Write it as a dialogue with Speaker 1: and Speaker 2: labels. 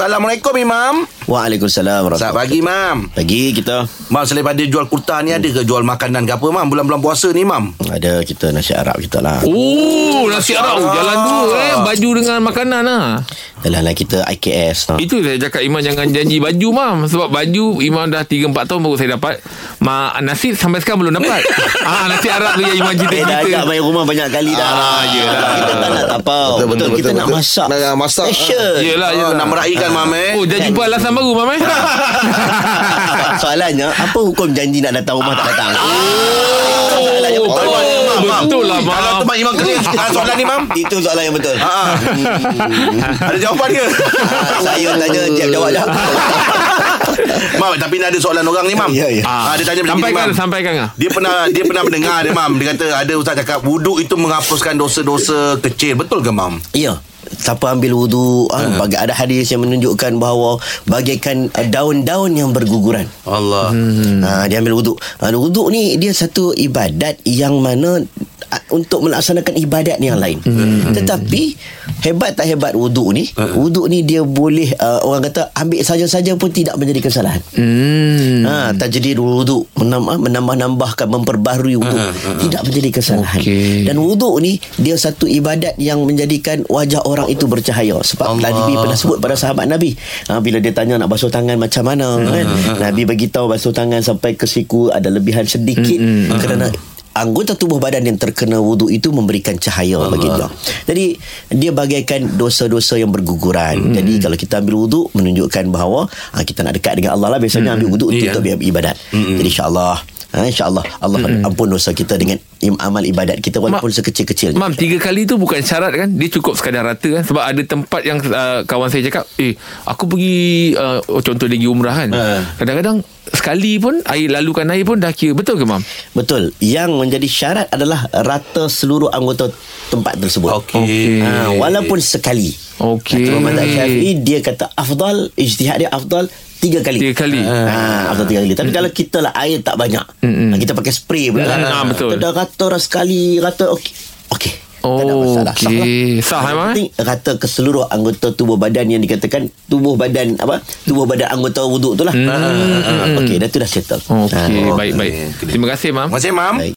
Speaker 1: Assalamualaikum Imam.
Speaker 2: Waalaikumsalam
Speaker 1: Selamat pagi Imam.
Speaker 2: Pagi kita
Speaker 1: Mam selain pada jual kurta ni ada ke jual makanan ke apa Mam bulan-bulan puasa ni Mam?
Speaker 2: Ada kita nasi Arab kita lah
Speaker 3: Oh, nasi Arab oh, jalan dua eh baju dengan makanan ah.
Speaker 2: Jalan lah kita IKS ha.
Speaker 3: Itu saya cakap Imam jangan janji baju mam sebab baju Imam dah 3 4 tahun baru saya dapat. Ma nasi sampai sekarang belum dapat. ah nasi Arab tu yang Imam
Speaker 2: Eh dah
Speaker 3: cerita-cerita.
Speaker 2: ajak main rumah banyak kali dah
Speaker 3: Ah, yelah.
Speaker 2: Kita tak nak tapau
Speaker 4: Betul, betul,
Speaker 2: Kita
Speaker 4: betul,
Speaker 2: nak
Speaker 4: betul.
Speaker 2: masak
Speaker 4: Nak masak.
Speaker 2: Fashion
Speaker 3: Yelah,
Speaker 1: Oh, nak meraihkan Mam eh.
Speaker 3: ya, Oh, dah jumpa alasan baru mam eh.
Speaker 2: Soalannya Apa hukum janji nak datang rumah tak datang Soalannya
Speaker 3: Oh,
Speaker 2: betul.
Speaker 3: oh, betul lah
Speaker 1: Kalau
Speaker 3: mam.
Speaker 1: tu Mak Imam kena Ah, soalan ni Mam.
Speaker 2: Itu soalan yang betul
Speaker 1: Ha. ah. ada jawapan ke?
Speaker 2: Ah, Saya tanya Jeb jawab dah
Speaker 1: Mam tapi nak ada soalan orang ni Mam.
Speaker 2: Ya, ya.
Speaker 1: Ah, dia tanya macam ni
Speaker 3: Sampaikan
Speaker 1: Mam.
Speaker 3: sampaikan ah.
Speaker 1: Dia pernah dia pernah mendengar dia Mam. Dia kata ada ustaz cakap wuduk itu menghapuskan dosa-dosa kecil. Betul ke Mam?
Speaker 2: Ya Siapa ambil wudu ah, bagi, Ada hadis yang menunjukkan bahawa Bagaikan ah, daun-daun yang berguguran
Speaker 1: Allah. Hmm.
Speaker 2: Hmm. Ha, dia ambil wuduk. Ha, wuduk ni dia satu ibadat yang mana ah, untuk melaksanakan ibadat yang lain. Hmm. Tetapi hebat tak hebat wuduk ni? Wuduk ni dia boleh uh, orang kata ambil saja-saja pun tidak menjadi kesalahan.
Speaker 3: Hmm.
Speaker 2: Ha, tajdirul wuduk menambah, menambah-nambahkan memperbaharui wuduk tidak menjadi kesalahan.
Speaker 3: Okey.
Speaker 2: Dan wuduk ni dia satu ibadat yang menjadikan wajah orang itu bercahaya. Sebab Allah. Nabi pernah sebut pada sahabat Nabi. Ha, bila dia tanya nak basuh tangan macam mana kan. Nabi bagi tahu basuh tangan sampai ke siku ada lebihan sedikit kerana anggota tubuh badan yang terkena wuduk itu memberikan cahaya Allah. bagi dia. Jadi dia bagaikan dosa-dosa yang berguguran. Jadi kalau kita ambil wuduk menunjukkan bahawa ha, kita nak dekat dengan Allah lah biasanya ambil wuduk untuk,
Speaker 1: Iya.
Speaker 2: untuk biar ibadat. Jadi insya-Allah Ha, InsyaAllah Allah mm ampun dosa kita Dengan im- amal ibadat kita Walaupun sekecil-kecilnya
Speaker 3: Mam tiga kali tu bukan syarat kan Dia cukup sekadar rata kan Sebab ada tempat yang uh, Kawan saya cakap Eh aku pergi uh, oh, Contoh lagi umrah kan
Speaker 1: Ha.
Speaker 3: Kadang-kadang Sekali pun Air lalukan air pun Dah kira Betul ke Mam?
Speaker 2: Betul. Yang menjadi syarat adalah rata seluruh anggota tempat tersebut.
Speaker 1: Okey. Ah,
Speaker 2: Ha, walaupun sekali.
Speaker 3: Okey.
Speaker 2: Kalau mazhab Syafi'i dia kata afdal, ijtihad dia afdal tiga kali.
Speaker 3: Tiga kali. Ah.
Speaker 2: Ha, afdal tiga kali. Tapi kalau kita lah air tak banyak. Ha, kita pakai spray pula. kan.
Speaker 3: Ah, betul.
Speaker 2: Kita dah rata dah sekali, rata okey. Okey. tak
Speaker 3: Oh,
Speaker 2: ada masalah. Sah lah.
Speaker 3: okey. Sah,
Speaker 2: Yang
Speaker 3: eh, Ahmad?
Speaker 2: penting rata ke seluruh anggota tubuh badan yang dikatakan tubuh badan apa? Tubuh badan anggota Ah, wuduk tu lah. Hmm. Okey, dah tu dah settle.
Speaker 3: Mm. Okey
Speaker 2: Ha.
Speaker 3: baik-baik
Speaker 1: Ah, okey.
Speaker 3: Terima kasih Mam
Speaker 1: Masih Mam.
Speaker 2: Baik.